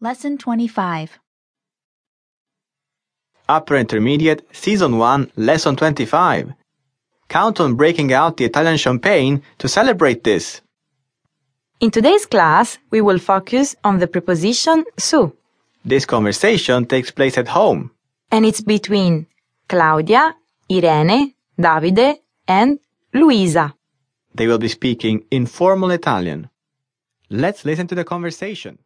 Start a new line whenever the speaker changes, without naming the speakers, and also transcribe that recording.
Lesson 25.
Upper Intermediate, Season 1, Lesson 25. Count on breaking out the Italian champagne to celebrate this.
In today's class, we will focus on the preposition su,
This conversation takes place at home.
and it's between Claudia, Irene, Davide, and Luisa.
They will be speaking informal Italian. Let's listen to the conversation.